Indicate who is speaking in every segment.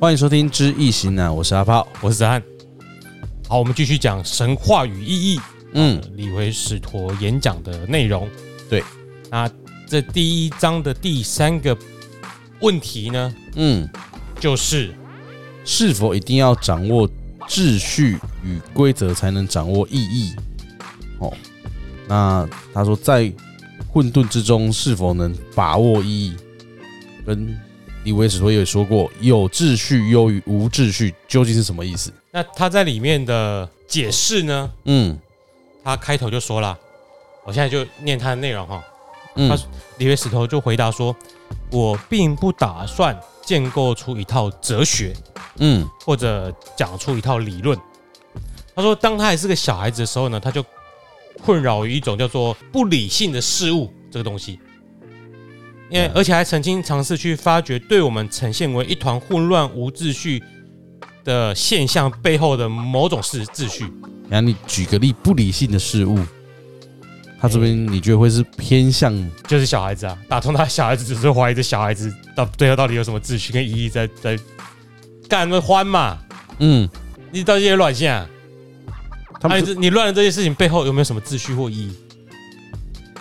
Speaker 1: 欢迎收听《知易行难》，我是阿炮。
Speaker 2: 我是子翰。好，我们继续讲神话与意义，
Speaker 1: 嗯，
Speaker 2: 李维使陀演讲的内容。
Speaker 1: 对，
Speaker 2: 那这第一章的第三个问题呢，
Speaker 1: 嗯，
Speaker 2: 就是
Speaker 1: 是否一定要掌握秩序与规则才能掌握意义？哦，那他说，在混沌之中是否能把握意义？跟李维史托也说过，有秩序优于无秩序，究竟是什么意思？
Speaker 2: 那他在里面的解释呢，
Speaker 1: 嗯
Speaker 2: 他开头就说了，我现在就念他的内容哈。
Speaker 1: 嗯
Speaker 2: 他李维使陀就回答说：“我并不打算建构出一套哲学，
Speaker 1: 嗯
Speaker 2: 或者讲出一套理论。他说，当他还是个小孩子的时候呢，他就困扰于一种叫做不理性的事物这个东西，因为
Speaker 1: 嗯
Speaker 2: 而且还曾经尝试去发掘对我们呈现为一团混乱无秩序的现象背后的某种事秩序。
Speaker 1: 然后你举个例，不理性的事物，他这边你觉得会是偏向
Speaker 2: 就是小孩子啊，打通他小孩子，只是怀疑这小孩子到最后到底有什么秩序跟意义在在干那欢嘛？
Speaker 1: 嗯，
Speaker 2: 你到底有乱象、啊？
Speaker 1: 他
Speaker 2: 啊
Speaker 1: 们
Speaker 2: 你这你乱的这件事情背后有没有什么秩序或意义？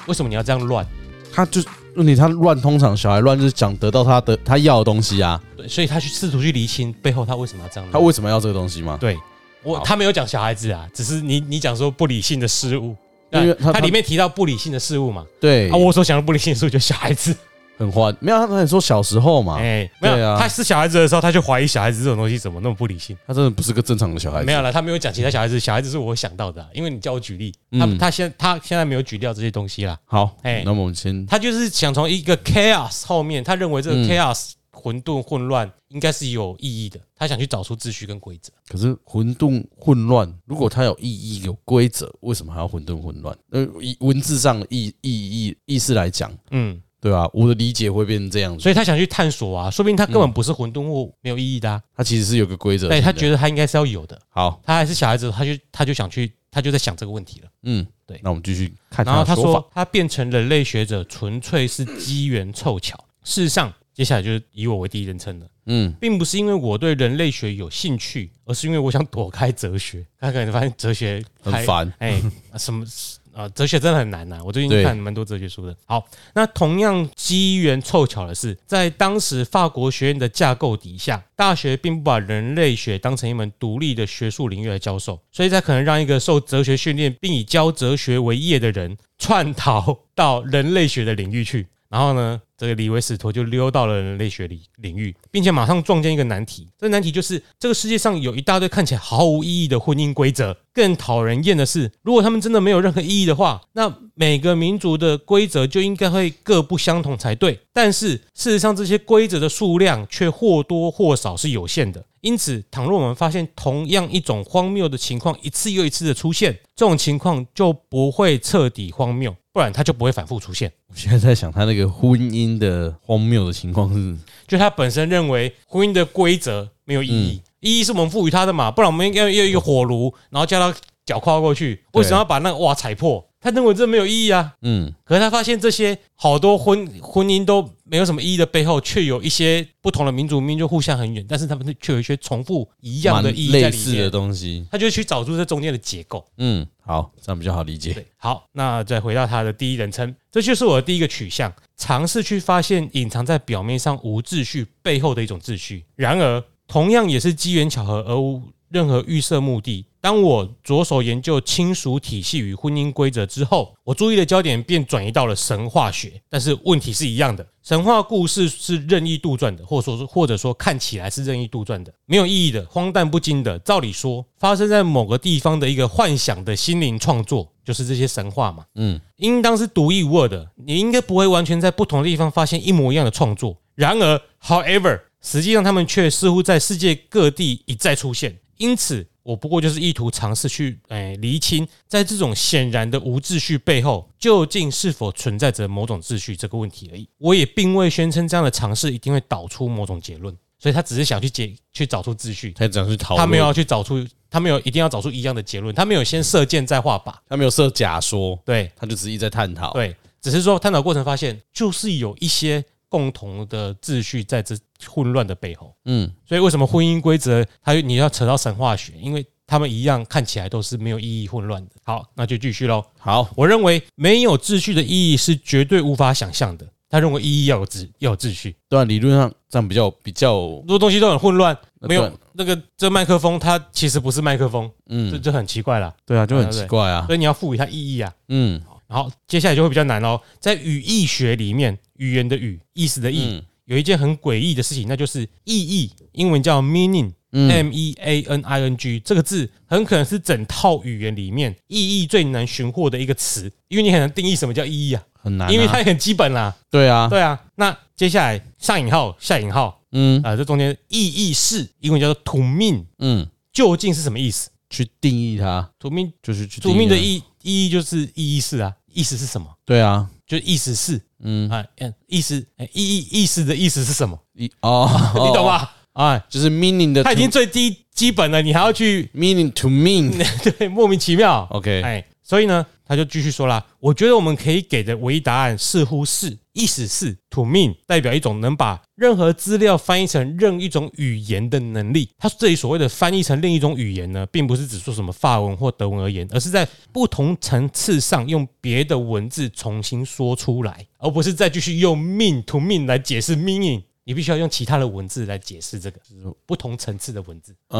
Speaker 2: 为什么你要这样乱？
Speaker 1: 他就是问题，他乱通常小孩乱就是想得到他的他要的东西啊，
Speaker 2: 对，所以他去试图去厘清背后他为什么要这样
Speaker 1: 他
Speaker 2: 乱。
Speaker 1: 为什么要这个东西嘛？
Speaker 2: 对我
Speaker 1: 好
Speaker 2: 他没有讲小孩子啊，只是你你讲说不理性的事物，
Speaker 1: 因为
Speaker 2: 对
Speaker 1: 他
Speaker 2: 他里面提到不理性的事物嘛，
Speaker 1: 对，
Speaker 2: 啊，我所想的不理性的事物就是小孩子，
Speaker 1: 很欢，没有他很说小时候嘛，
Speaker 2: 哎，没有
Speaker 1: 对啊，
Speaker 2: 他是小孩子的时候他就怀疑小孩子这种东西怎么那么不理性。
Speaker 1: 他真的不是个正常的小孩子，
Speaker 2: 没有了，他没有讲其他小孩子，小孩子是我想到的啊、因为你叫我举例，他、
Speaker 1: 嗯
Speaker 2: 他现他现在没有举掉这些东西啦，
Speaker 1: 好，
Speaker 2: 哎
Speaker 1: 那么我们先
Speaker 2: 他就是想从一个 chaos 后面，他认为这个
Speaker 1: 嗯
Speaker 2: chaos 混沌混乱应该是有意义的，他想去找出秩序跟规则。
Speaker 1: 可是混沌混乱，如果它有意义有规则，为什么还要混沌混乱？呃，以文字上的意意意意思来讲，
Speaker 2: 嗯，
Speaker 1: 对吧、我的理解会变成这样子，
Speaker 2: 所以他想去探索啊，说不定他根本不是混沌或没有意义的、啊，
Speaker 1: 它其实是有个规则性的。
Speaker 2: 对他觉得他应该是要有的，
Speaker 1: 好，
Speaker 2: 他还是小孩子，他就他就想去，他就在想这个问题了。
Speaker 1: 嗯，
Speaker 2: 对
Speaker 1: 那我们继续看
Speaker 2: 然后
Speaker 1: 他
Speaker 2: 他
Speaker 1: 的说法。
Speaker 2: 说，他变成人类学者纯粹是机缘凑巧。事实上，接下来就是以我为第一人称了。
Speaker 1: 嗯，
Speaker 2: 并不是因为我对人类学有兴趣，而是因为我想躲开哲学。他可能发现哲学
Speaker 1: 很
Speaker 2: 还，
Speaker 1: 烦。
Speaker 2: 哎、啊什么啊、哲学真的很难呐、我最近
Speaker 1: 对
Speaker 2: 看蛮多哲学书的。好，那同样机缘凑巧的是，在当时法国学院的架构底下，大学并不把人类学当成一门独立的学术领域来教授，所以才可能让一个受哲学训练并以教哲学为业的人窜逃到人类学的领域去。然后呢，这个李维斯托就溜到了人类学领领域，并且马上撞见一个难题。这个难题就是，这个世界上有一大堆看起来毫无意义的婚姻规则。更讨人厌的是，如果他们真的没有任何意义的话，那每个民族的规则就应该会各不相同才对。但是事实上，这些规则的数量却或多或少是有限的。因此，倘若我们发现同样一种荒谬的情况一次又一次的出现，这种情况就不会彻底荒谬，不然它就不会反复出现。
Speaker 1: 我现在在想他那个婚姻的荒谬的情况是，
Speaker 2: 就他本身认为婚姻的规则没有意义，
Speaker 1: 嗯
Speaker 2: 意义是我们赋予它的嘛，不然我们应该要一个火炉，然后叫它脚跨过去，为什么要把那个瓦踩破？他认为这没有意义啊。
Speaker 1: 嗯，
Speaker 2: 可是他发现这些好多婚婚姻都没有什么意义的背后，却有一些不同的民族民就互相很远，但是他们却有一些重复一样的
Speaker 1: 蛮
Speaker 2: 意义在
Speaker 1: 类
Speaker 2: 里
Speaker 1: 似的
Speaker 2: 面。
Speaker 1: 东西，
Speaker 2: 他就去找出这中间的结构。
Speaker 1: 嗯，好，这样比较好理解。
Speaker 2: 对，好，那再回到他的第一人称，这就是我的第一个取向，尝试去发现隐藏在表面上无秩序背后的一种秩序。然而，同样也是机缘巧合而无任何预设目的。当我着手研究亲属体系与婚姻规则之后，我注意的焦点便转移到了神话学，但是问题是一样的。神话故事是任意杜撰的，或者说是或者说看起来是任意杜撰的，没有意义的、荒诞不经的。照理说，发生在某个地方的一个幻想的心灵创作，就是这些神话嘛，
Speaker 1: 嗯，
Speaker 2: 应当是独一无二的。你应该不会完全在不同的地方发现一模一样的创作。然而，however，实际上他们却似乎在世界各地一再出现。因此，我不过就是意图尝试去诶厘清，在这种显然的无秩序背后，究竟是否存在着某种秩序这个问题而已。我也并未宣称这样的尝试一定会导出某种结论，所以他只是想去解去找出秩序，
Speaker 1: 他只想去讨论，
Speaker 2: 他没有，要去找出，他没有一定要找出一样的结论，他没有先射箭再画靶，
Speaker 1: 他没有设假说，
Speaker 2: 对
Speaker 1: 他就只是一直在探讨。
Speaker 2: 对，只是说探讨过程发现，就是有一些共同的秩序在这混乱的背后。
Speaker 1: 嗯，
Speaker 2: 所以为什么婚姻规则它你要扯到神话学？因为他们一样看起来都是没有意义、混乱的。好，那就继续喽。
Speaker 1: 好，
Speaker 2: 我认为没有秩序的意义是绝对无法想象的。他认为意义要有秩要有秩序，
Speaker 1: 对啊，理论上这样比较比较，
Speaker 2: 很多东西都很混乱，
Speaker 1: 那
Speaker 2: 没有
Speaker 1: 对
Speaker 2: 那个这麦克风它其实不是麦克风，这
Speaker 1: 嗯，
Speaker 2: 这很奇怪啦。
Speaker 1: 对啊，就很
Speaker 2: 对
Speaker 1: 奇怪啊，
Speaker 2: 所以你要赋予它意义啊。
Speaker 1: 嗯
Speaker 2: 然后接下来就会比较难喽。在语义学里面，语言的语，意思的意，
Speaker 1: 嗯
Speaker 2: 有一件很诡异的事情，那就是意义，英文叫 meaning。
Speaker 1: 嗯
Speaker 2: M E A N I N G 这个字很可能是整套语言里面意义最难寻获的一个词，因为你很难定义什么叫意义啊，
Speaker 1: 很难啊，
Speaker 2: 因为它也很基本啦。
Speaker 1: 对啊，
Speaker 2: 对啊，那接下来上引号下引号
Speaker 1: 嗯
Speaker 2: 啊、呃这中间意义是英文叫做 to mean，
Speaker 1: 嗯，
Speaker 2: 究竟是什么意思
Speaker 1: 去定义它，
Speaker 2: ？to mean
Speaker 1: 就是去
Speaker 2: to
Speaker 1: 定
Speaker 2: mean
Speaker 1: 义
Speaker 2: 的
Speaker 1: 它，
Speaker 2: 意意义就是意义是啊，意思是什么？
Speaker 1: 对啊，
Speaker 2: 就意思是
Speaker 1: 嗯，
Speaker 2: 啊，嗯，意思哎意义意思的意思是什么？
Speaker 1: 一哦，
Speaker 2: 你懂？吧？哎，
Speaker 1: 就是 meaning 的，
Speaker 2: 它已经最低基本了，你还要去
Speaker 1: meaning to mean，OK，、
Speaker 2: 对莫名其妙。哎，所以呢，他就继续说啦，我觉得我们可以给的唯一答案似乎是，意思是 to mean 代表一种能把任何资料翻译成任一种语言的能力。他这里所谓的翻译成另一种语言呢，并不是只说什么法文或德文而言，而是在不同层次上用别的文字重新说出来，而不是再继续用 mean to mean 来解释 meaning。你必须要用其他的文字来解释这个不同层次的文字。
Speaker 1: 嗯，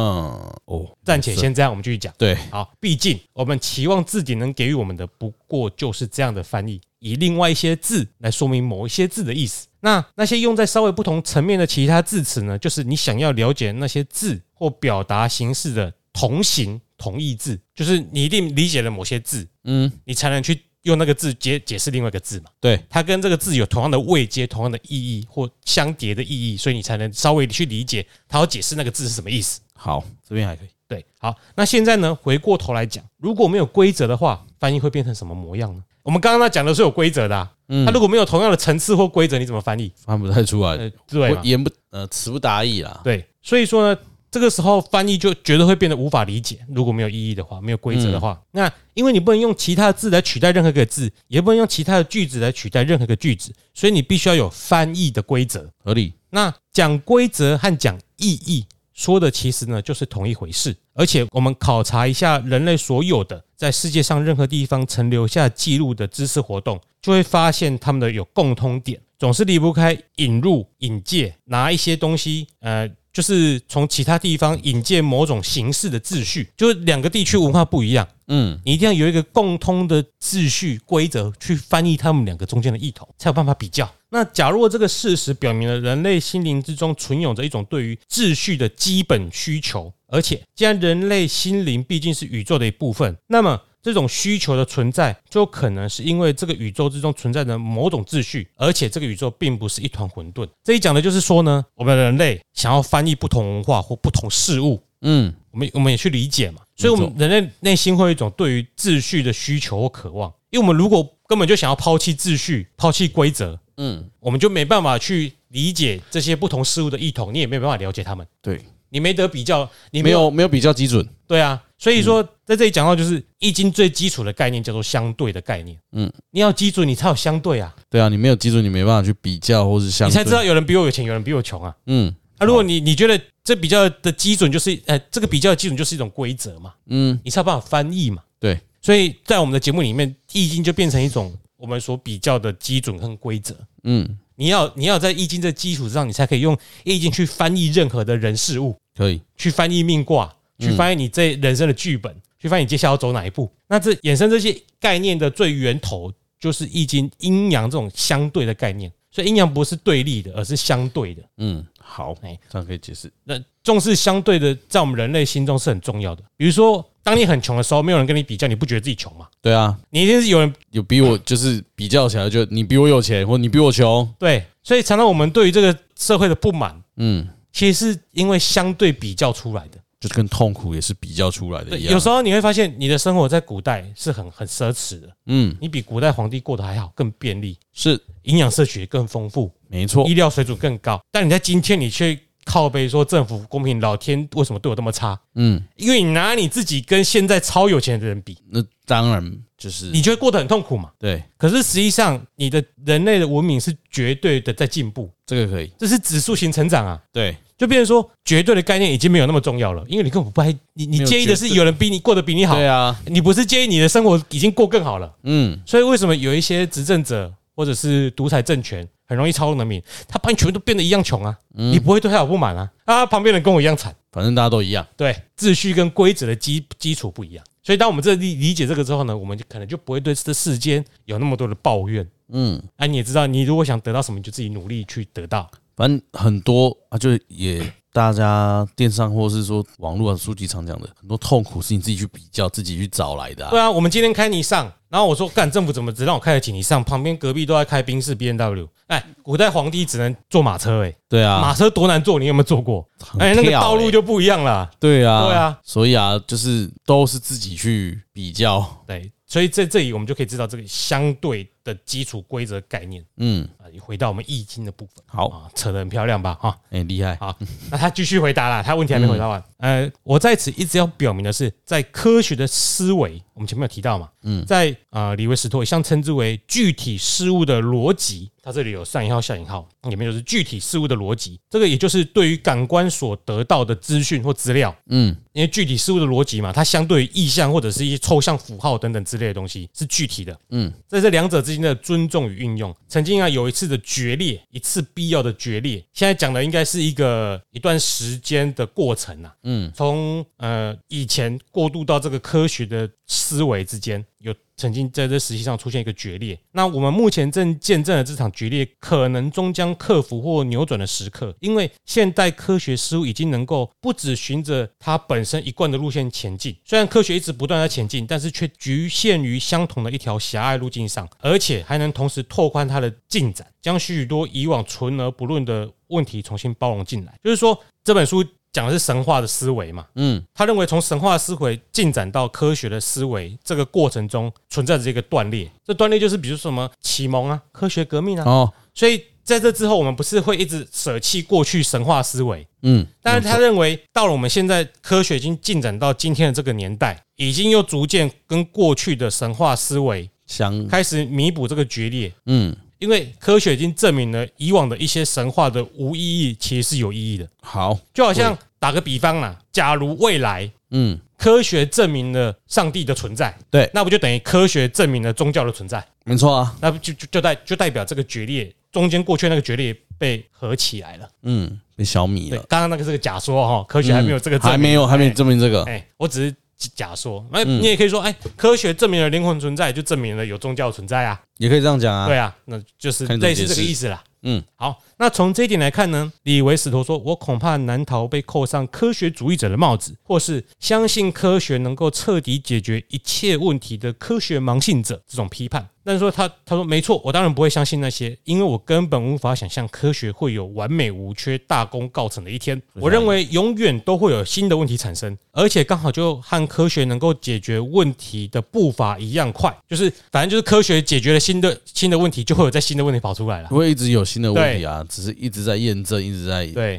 Speaker 1: 哦，
Speaker 2: 暂且先这样，我们继续讲。
Speaker 1: 对，
Speaker 2: 好，毕竟我们期望自己能给予我们的，不过就是这样的翻译，以另外一些字来说明某一些字的意思。那那些用在稍微不同层面的其他字词呢，就是你想要了解那些字或表达形式的同形同义字，就是你一定理解了某些字，
Speaker 1: 嗯，
Speaker 2: 你才能去用那个字解解释另外一个字嘛。
Speaker 1: 对，
Speaker 2: 它跟这个字有同样的位阶、同样的意义或相叠的意义，所以你才能稍微去理解它要解释那个字是什么意思。
Speaker 1: 好，这边还可以，
Speaker 2: 对，好，那现在呢，回过头来讲，如果没有规则的话，翻译会变成什么模样呢？我们刚刚那讲的是有规则的、啊，
Speaker 1: 嗯
Speaker 2: 它如果没有同样的层次或规则，你怎么翻译？
Speaker 1: 翻不太出来，
Speaker 2: 呃，对
Speaker 1: 我
Speaker 2: 嘛
Speaker 1: 言不呃词不达意啦，
Speaker 2: 对，所以说呢，这个时候翻译就绝对会变得无法理解。如果没有意义的话，没有规则的话，
Speaker 1: 嗯
Speaker 2: 那因为你不能用其他的字来取代任何一个字，也不能用其他的句子来取代任何一个句子，所以你必须要有翻译的规则。
Speaker 1: 合理，
Speaker 2: 那讲规则和讲意义说的其实呢就是同一回事，而且我们考察一下人类所有的在世界上任何地方曾留下记录的知识活动，就会发现他们的有共通点，总是离不开引入、引介，拿一些东西，呃。就是从其他地方引介某种形式的秩序，就是两个地区文化不一样，
Speaker 1: 嗯，
Speaker 2: 你一定要有一个共通的秩序规则去翻译他们两个中间的异同，才有办法比较。那假若这个事实表明了人类心灵之中存有着一种对于秩序的基本需求，而且既然人类心灵毕竟是宇宙的一部分，那么这种需求的存在，就可能是因为这个宇宙之中存在着某种秩序，而且这个宇宙并不是一团混沌。这一讲的就是说呢，我们人类想要翻译不同文化或不同事物，
Speaker 1: 嗯，
Speaker 2: 我们我们也去理解嘛，所以我们人类内心会有一种对于秩序的需求或渴望，因为我们如果根本就想要抛弃秩序、抛弃规则，
Speaker 1: 嗯，
Speaker 2: 我们就没办法去理解这些不同事物的异同，你也没办法了解他们，
Speaker 1: 对，
Speaker 2: 你没得比较，你
Speaker 1: 没
Speaker 2: 没有
Speaker 1: 有没有比较基准，
Speaker 2: 对啊，所以说在这里讲到就是《易经》最基础的概念叫做相对的概念，
Speaker 1: 嗯
Speaker 2: 嗯，你要基准你才有相对啊，
Speaker 1: 对啊，你没有基准，你没办法去比较或是相
Speaker 2: 你
Speaker 1: 对，
Speaker 2: 才知道，有人比我有钱，有人比我穷啊。
Speaker 1: 嗯
Speaker 2: 啊，如果你你觉得这比较的基准就是，呃，这个比较的基准就是一种规则嘛，
Speaker 1: 嗯，
Speaker 2: 你才有办法翻译嘛。
Speaker 1: 对，
Speaker 2: 所以在我们的节目里面，易经就变成一种我们所比较的基准和规则。
Speaker 1: 嗯，
Speaker 2: 你要你要在易经这基础之上，你才可以用易经去翻译任何的人事物，
Speaker 1: 可以，
Speaker 2: 去翻译命卦，
Speaker 1: 嗯
Speaker 2: 去翻译你这人生的剧本，去翻译你接下来要走哪一步。那这衍生这些概念的最源头就是易经阴阳这种相对的概念。所以阴阳不是对立的，而是相对的。
Speaker 1: 嗯，好，
Speaker 2: 哎
Speaker 1: 这样可以解释，
Speaker 2: 那重视相对的，在我们人类心中是很重要的。比如说，当你很穷的时候，没有人跟你比较，你不觉得自己穷吗？
Speaker 1: 对啊，
Speaker 2: 你一定是有人
Speaker 1: 有比我就是比较起来，就你比我有钱，或你比我穷，
Speaker 2: 对，所以常常我们对于这个社会的不满，
Speaker 1: 嗯，
Speaker 2: 其实是因为相对比较出来的。
Speaker 1: 就是跟痛苦也是比较出来的
Speaker 2: 对，
Speaker 1: 一
Speaker 2: 有
Speaker 1: 样，
Speaker 2: 时候你会发现你的生活在古代是很很奢侈的，
Speaker 1: 嗯，
Speaker 2: 你比古代皇帝过得还好，更便利，
Speaker 1: 是
Speaker 2: 营养摄取更丰富，
Speaker 1: 没错
Speaker 2: 医，疗水准更高。但你在今天，你却靠背说政府公平，老天为什么对我这么差？
Speaker 1: 嗯，
Speaker 2: 因为你拿你自己跟现在超有钱的人比，
Speaker 1: 那当然就是
Speaker 2: 你就会过得很痛苦嘛。
Speaker 1: 对
Speaker 2: 可是实际上，你的人类的文明是绝对的在进步，
Speaker 1: 这个可以，
Speaker 2: 这是指数型成长啊。
Speaker 1: 对
Speaker 2: 就变成说，绝对的概念已经没有那么重要了，因为你根本不爱你，
Speaker 1: 没
Speaker 2: 你
Speaker 1: 有
Speaker 2: 介意的是
Speaker 1: 绝对
Speaker 2: 有人比你过得比你好
Speaker 1: 对，啊，
Speaker 2: 你不是介意你的生活已经过更好了。
Speaker 1: 嗯，
Speaker 2: 所以为什么有一些执政者或者是独裁政权很容易操控人民，他把你全部都变得一样穷啊，
Speaker 1: 嗯
Speaker 2: 你不会对他有不满啊，啊，旁边人跟我一样惨，
Speaker 1: 反正大家都一样，
Speaker 2: 对，秩序跟规则的基基础不一样。所以，当我们这理理解这个之后呢，我们就可能就不会对这世间有那么多的抱怨。
Speaker 1: 嗯，
Speaker 2: 啊，你也知道，你如果想得到什么，你就自己努力去得到。
Speaker 1: 反正很多啊，就也大家电商或是说网络啊，书籍常讲的很多痛苦是你自己去比较、自己去找来的、啊
Speaker 2: 对。啊，我们今天开你上，然后我说干，政府怎么只让我开得起你上？旁边隔壁都在开宾士 B N W，哎，古代皇帝只能坐马车、欸，
Speaker 1: 对
Speaker 2: 哎，
Speaker 1: 啊，
Speaker 2: 马车多难坐，你有没有坐过？
Speaker 1: 很
Speaker 2: 哎，那个
Speaker 1: 跳
Speaker 2: 道路
Speaker 1: 欸
Speaker 2: 就不一样了。
Speaker 1: 对啊，
Speaker 2: 对啊，
Speaker 1: 所以啊，就是都是自己去比较，
Speaker 2: 对，所以在这里我们就可以知道这个相对的基础规则概念
Speaker 1: 嗯，
Speaker 2: 啊。也回到我们易经的部分，
Speaker 1: 好，
Speaker 2: 啊，扯得很漂亮吧？哈、
Speaker 1: 哎、厉害，
Speaker 2: 好，那他继续回答啦，他问题还没回答完。呃，我在此一直要表明的是，在科学的思维，我们前面有提到嘛，嗯，在呃李维斯托一向称之为具体事物的逻辑，嗯它这里有上引号下引号，里面就是具体事物的逻辑，这个也就是对于感官所得到的资讯或资料。
Speaker 1: 嗯，
Speaker 2: 因为具体事物的逻辑嘛，它相对于意象或者是一些抽象符号等等之类的东西是具体的。
Speaker 1: 嗯，
Speaker 2: 在这两者之间的尊重与运用，曾经啊有一次的决裂，一次必要的决裂。现在讲的应该是一个一段时间的过程啊。
Speaker 1: 嗯，
Speaker 2: 从呃以前过渡到这个科学的思维之间，有曾经在这实际上出现一个决裂。那我们目前正见证了这场决裂可能终将克服或扭转的时刻，因为现代科学似乎已经能够不只循着它本身一贯的路线前进。虽然科学一直不断在前进，但是却局限于相同的一条狭隘路径上，而且还能同时拓宽它的进展，将许多以往存而不论的问题重新包容进来。就是说，这本书讲的是神话的思维嘛。
Speaker 1: 嗯，
Speaker 2: 他认为从神话思维进展到科学的思维这个过程中存在着一个断裂，这断裂就是比如说什么启蒙啊、科学革命啊，
Speaker 1: 哦，
Speaker 2: 所以在这之后，我们不是会一直舍弃过去神话思维，
Speaker 1: 嗯，
Speaker 2: 但是他认为到了我们现在科学已经进展到今天的这个年代，已经又逐渐跟过去的神话思维
Speaker 1: 香，
Speaker 2: 开始弥补这个决裂，
Speaker 1: 嗯，
Speaker 2: 因为科学已经证明了以往的一些神话的无意义其实是有意义的，
Speaker 1: 好，
Speaker 2: 就好像打个比方啦，假如未来。
Speaker 1: 嗯，
Speaker 2: 科学证明了上帝的存在，
Speaker 1: 对
Speaker 2: 那不就等于科学证明了宗教的存在？
Speaker 1: 没错啊，
Speaker 2: 那不就就就代就代表这个决裂中间过去那个决裂被合起来了。
Speaker 1: 嗯，被小米
Speaker 2: 对
Speaker 1: 了，，嗯
Speaker 2: 刚刚那个是个假说哈，科学还没有这个证明，
Speaker 1: 还没有，嗯还没有证明这个，
Speaker 2: 哎、哎我只是假说。那你也可以说，哎、科学证明了灵魂存在，就证明了有宗教存在啊。
Speaker 1: 也可以这样讲啊，
Speaker 2: 对啊，那就是
Speaker 1: 看你怎么
Speaker 2: 类似
Speaker 1: 解
Speaker 2: 这个
Speaker 1: 释
Speaker 2: 意思啦。
Speaker 1: 嗯，
Speaker 2: 好，那从这一点来看呢，李维斯托说：“我恐怕难逃被扣上科学主义者的帽子，或是相信科学能够彻底解决一切问题的科学盲信者这种批判。”但是说他他说没错，我当然不会相信那些，因为我根本无法想象科学会有完美无缺、大功告成的一天。我认为永远都会有新的问题产生，而且刚好就和科学能够解决问题的步伐一样快，就是反正就是科学解决了新的新的问题，就会有在新的问题跑出来了。
Speaker 1: 不会一直有新的问题啊，只是一直在验证，一直
Speaker 2: 对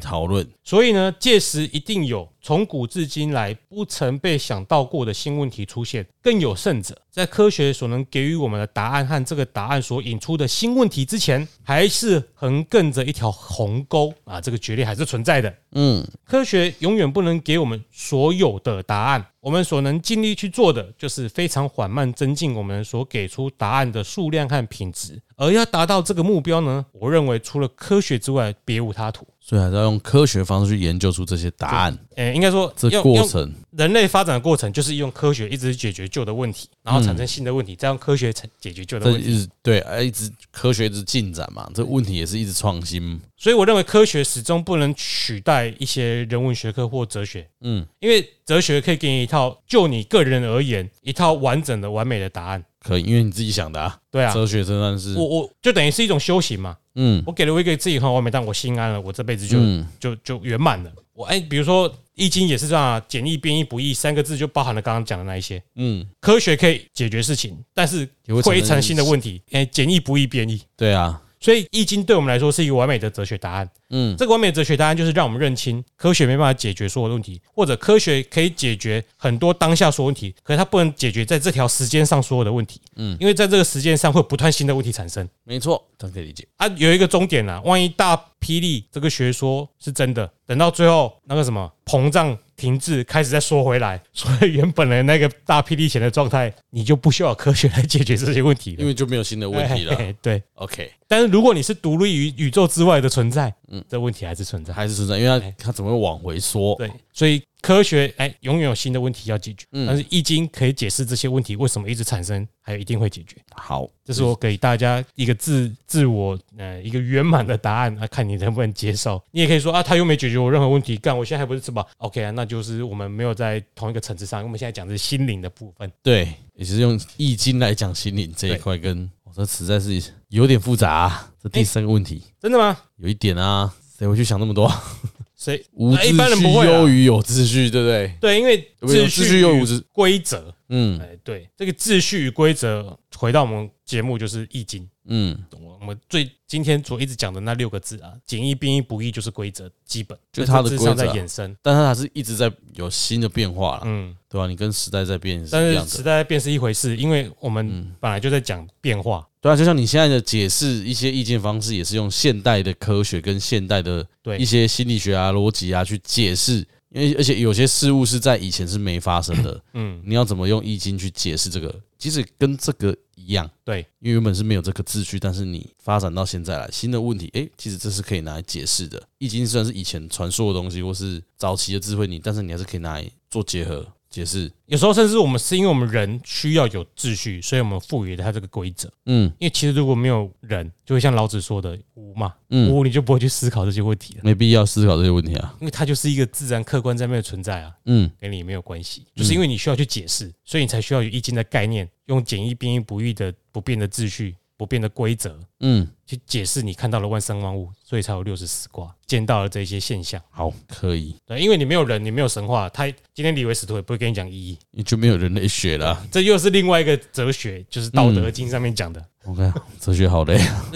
Speaker 1: 在讨论。
Speaker 2: 所以呢，届时一定有从古至今来不曾被想到过的新问题出现。更有甚者，在科学所能给予我们的答案和这个答案所引出的新问题之前，还是横亘着一条鸿沟啊！这个决裂还是存在的。
Speaker 1: 嗯，
Speaker 2: 科学永远不能给我们所有的答案，我们所能尽力去做的就是非常缓慢增进我们所给出答案的数量和品质。而要达到这个目标呢，我认为除了科学之外，别无他途。
Speaker 1: 所以还是要用科学方式去研究出这些答案。
Speaker 2: 诶、应该说
Speaker 1: 这
Speaker 2: 用
Speaker 1: 过
Speaker 2: 用
Speaker 1: 程，
Speaker 2: 人类发展的过程就是用科学一直解决旧的问题，然后产生新的问题，再用科学产解决旧的
Speaker 1: 嗯这
Speaker 2: 问题。
Speaker 1: 一直对，哎一直科学一直进展嘛，这问题也是一直创新。
Speaker 2: 所以我认为科学始终不能取代一些人文学科或哲学，
Speaker 1: 嗯，
Speaker 2: 因为哲学可以给你一套就你个人而言一套完整的完美的答案。
Speaker 1: 可以，因为你自己想的啊。
Speaker 2: 对啊，
Speaker 1: 哲学真的是
Speaker 2: 我，我就等于是一种修行嘛。
Speaker 1: 嗯
Speaker 2: 我给了我一个自己很完美，但我心安了，我这辈子就
Speaker 1: 嗯，
Speaker 2: 就就圆满了。我哎，比如说《易经》也是这样啊，简易、变易、不易三个字就包含了刚刚讲的那一些。
Speaker 1: 嗯，
Speaker 2: 科学可以解决事情，但是
Speaker 1: 也会
Speaker 2: 会
Speaker 1: 产生
Speaker 2: 产新的问题。哎，简易不易变易，
Speaker 1: 对啊，
Speaker 2: 所以《易经》对我们来说是一个完美的哲学答案。
Speaker 1: 嗯，
Speaker 2: 这个完美的哲学答案就是让我们认清科学没办法解决所有的问题，或者科学可以解决很多当下所有问题，可是它不能解决在这条时间上所有的问题。
Speaker 1: 嗯
Speaker 2: 嗯，因为在这个时间上会有不断新的问题产生
Speaker 1: 没错，这样可以理解。
Speaker 2: 啊，有一个终点啊，万一大霹雳这个学说是真的，等到最后那个什么膨胀停滞，开始再缩回来，所以原本的那个大霹雳前的状态，你就不需要科学来解决这些问题了，
Speaker 1: 因为 就没有新的问题
Speaker 2: 嘿
Speaker 1: 了。
Speaker 2: 嘿对，
Speaker 1: OK，
Speaker 2: 但是如果你是独立于宇宙之外的存在，嗯，这问题还是存在。
Speaker 1: 还是存在，因为它它怎么会往回缩？
Speaker 2: 哎对，所以科学哎，永远有新的问题要解决，
Speaker 1: 嗯
Speaker 2: 但是易经可以解释这些问题为什么一直产生，还有一定会解决。
Speaker 1: 好，
Speaker 2: 这是我给大家一个自自我呃一个圆满的答案啊，看你能不能接受。你也可以说啊，他又没解决我任何问题，干我现在还不是吃饱？OK 啊，那就是我们没有在同一个层次上。因为我们现在讲的是心灵的部分，
Speaker 1: 对，也是用易经来讲心灵这一块，跟我这实在是有点复杂啊、这
Speaker 2: 哎
Speaker 1: 第三个问题、
Speaker 2: 真的吗？
Speaker 1: 有一点啊，谁会去想那么多啊？
Speaker 2: 谁
Speaker 1: 无
Speaker 2: 哎一般
Speaker 1: 秩
Speaker 2: 人
Speaker 1: 序
Speaker 2: 不会啊
Speaker 1: 优于有秩序，对不对？
Speaker 2: 对，因为
Speaker 1: 有有
Speaker 2: 秩
Speaker 1: 秩序又无
Speaker 2: 与
Speaker 1: 秩
Speaker 2: 规则，
Speaker 1: 嗯
Speaker 2: 哎，对，这个秩序与规则，回到我们节目就是易经。
Speaker 1: 嗯，
Speaker 2: 我们最今天所一直讲的那六个字啊，简易、变易、不易就是规则，基本
Speaker 1: 就它的
Speaker 2: 在这之
Speaker 1: 规
Speaker 2: 上
Speaker 1: 则啊
Speaker 2: 在衍生。
Speaker 1: 但它还是一直在有新的变化啦，
Speaker 2: 嗯，
Speaker 1: 对吧、啊你跟时代在变是
Speaker 2: 但
Speaker 1: 一样
Speaker 2: 是时
Speaker 1: 的，嗯
Speaker 2: 代在变是一回事，因为我们本来就在讲变化，
Speaker 1: 对啊，就像你现在的解释一些意见方式，也是用现代的科学跟现代的
Speaker 2: 对
Speaker 1: 一些心理学啊、逻辑啊去解释，因为而且有些事物是在以前是没发生的，
Speaker 2: 嗯，
Speaker 1: 你要怎么用易经去解释这个？即使跟这个一样，
Speaker 2: 对，
Speaker 1: 因为原本是没有这个秩序，但是你发展到现在来，新的问题，诶，其实这是可以拿来解释的。易经虽然是以前传说的东西，或是早期的智慧你，但是你还是可以拿来做结合解释。
Speaker 2: 有时候甚至我们是因为我们人需要有秩序，所以我们赋予了它这个规则。
Speaker 1: 嗯
Speaker 2: 因为其实如果没有人，就会像老子说的“无”嘛，
Speaker 1: 嗯，
Speaker 2: 无你就不会去思考这些问题了，
Speaker 1: 没必要思考这些问题啊。
Speaker 2: 因为它就是一个自然客观在那边的存在啊。
Speaker 1: 嗯
Speaker 2: 跟你没有关系，就是因为你需要去解释，所以你才需要有易经的概念，用简易、变易、不易的不变的秩序、不变的规则
Speaker 1: 嗯，
Speaker 2: 去解释你看到了万生万物，所以才有六十四卦，见到了这些现象。
Speaker 1: 好，可以，
Speaker 2: 对，因为你没有人，你没有神话，他今天李维斯图也不会跟你讲意义，
Speaker 1: 你就没有人类学了 啊。
Speaker 2: 这又是另外一个哲学，就是《道德经》上面讲的。
Speaker 1: OK，哲学好累啊。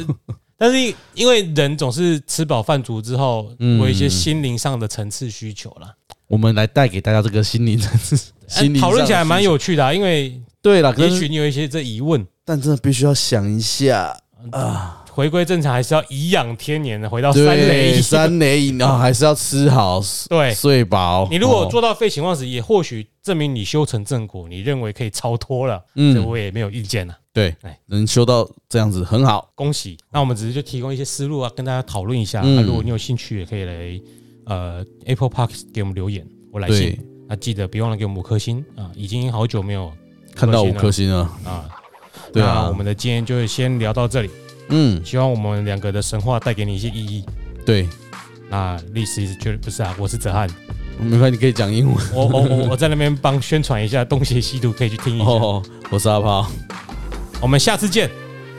Speaker 2: 但是因为人总是吃饱饭足之后，
Speaker 1: 嗯
Speaker 2: 有一些心灵上的层次需求啦。
Speaker 1: 我们来带给大家这个心灵层次，
Speaker 2: 哎
Speaker 1: 嗯心灵
Speaker 2: 讨论起来
Speaker 1: 上的
Speaker 2: 蛮
Speaker 1: 需求
Speaker 2: 有趣的、啊，因为
Speaker 1: 对啦，可
Speaker 2: 也
Speaker 1: 是
Speaker 2: 许你有一些这疑问，
Speaker 1: 但真的必须要想一下。
Speaker 2: 回归正常还是要颐养天年的，回到
Speaker 1: 对，
Speaker 2: 哦三雷一。
Speaker 1: 三雷 饮，然后还是要吃好，
Speaker 2: 对
Speaker 1: 睡饱。
Speaker 2: 你如果做
Speaker 1: 哦，
Speaker 2: 到废寝忘食，也或许证明你修成正果，你认为可以超脱了，这
Speaker 1: 嗯，
Speaker 2: 我也没有意见了，
Speaker 1: 对
Speaker 2: 哎，
Speaker 1: 能修到这样子很好。
Speaker 2: 恭喜。那我们只是就提供一些思路啊，跟大家讨论一下。
Speaker 1: 嗯
Speaker 2: 那如果你有兴趣，也可以来呃 Apple Park 给我们留言，我来信
Speaker 1: 对。，
Speaker 2: 那记得别忘了给我们五颗星啊，已经好久没有
Speaker 1: 看到五颗星了。
Speaker 2: 啊。
Speaker 1: 对
Speaker 2: 那
Speaker 1: 啊，
Speaker 2: 我们的今天就先聊到这里，
Speaker 1: 嗯，
Speaker 2: 希望我们两个的神话带给你一些意义。
Speaker 1: 对，
Speaker 2: 那历史就不是啊，我是泽汉。
Speaker 1: 没关系，你可以讲英文。
Speaker 2: 我我 我我在那边帮宣传一下东邪西毒，可以去听一下。
Speaker 1: 哦，我是阿炮，
Speaker 2: 我们下次见，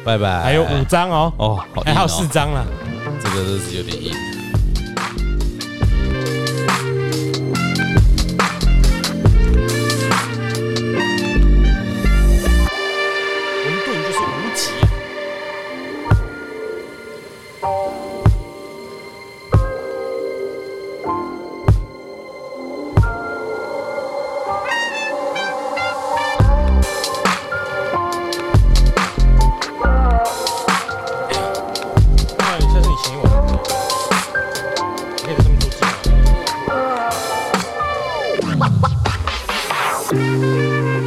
Speaker 1: 拜拜。
Speaker 2: 还有五章哦，
Speaker 1: 哦，好
Speaker 2: 哎
Speaker 1: 硬
Speaker 2: 还
Speaker 1: 哦
Speaker 2: 有四，章啦。
Speaker 1: 这个真是有点硬。
Speaker 2: 文顿就是无极、哎那下次你请我，你可以这么做记录。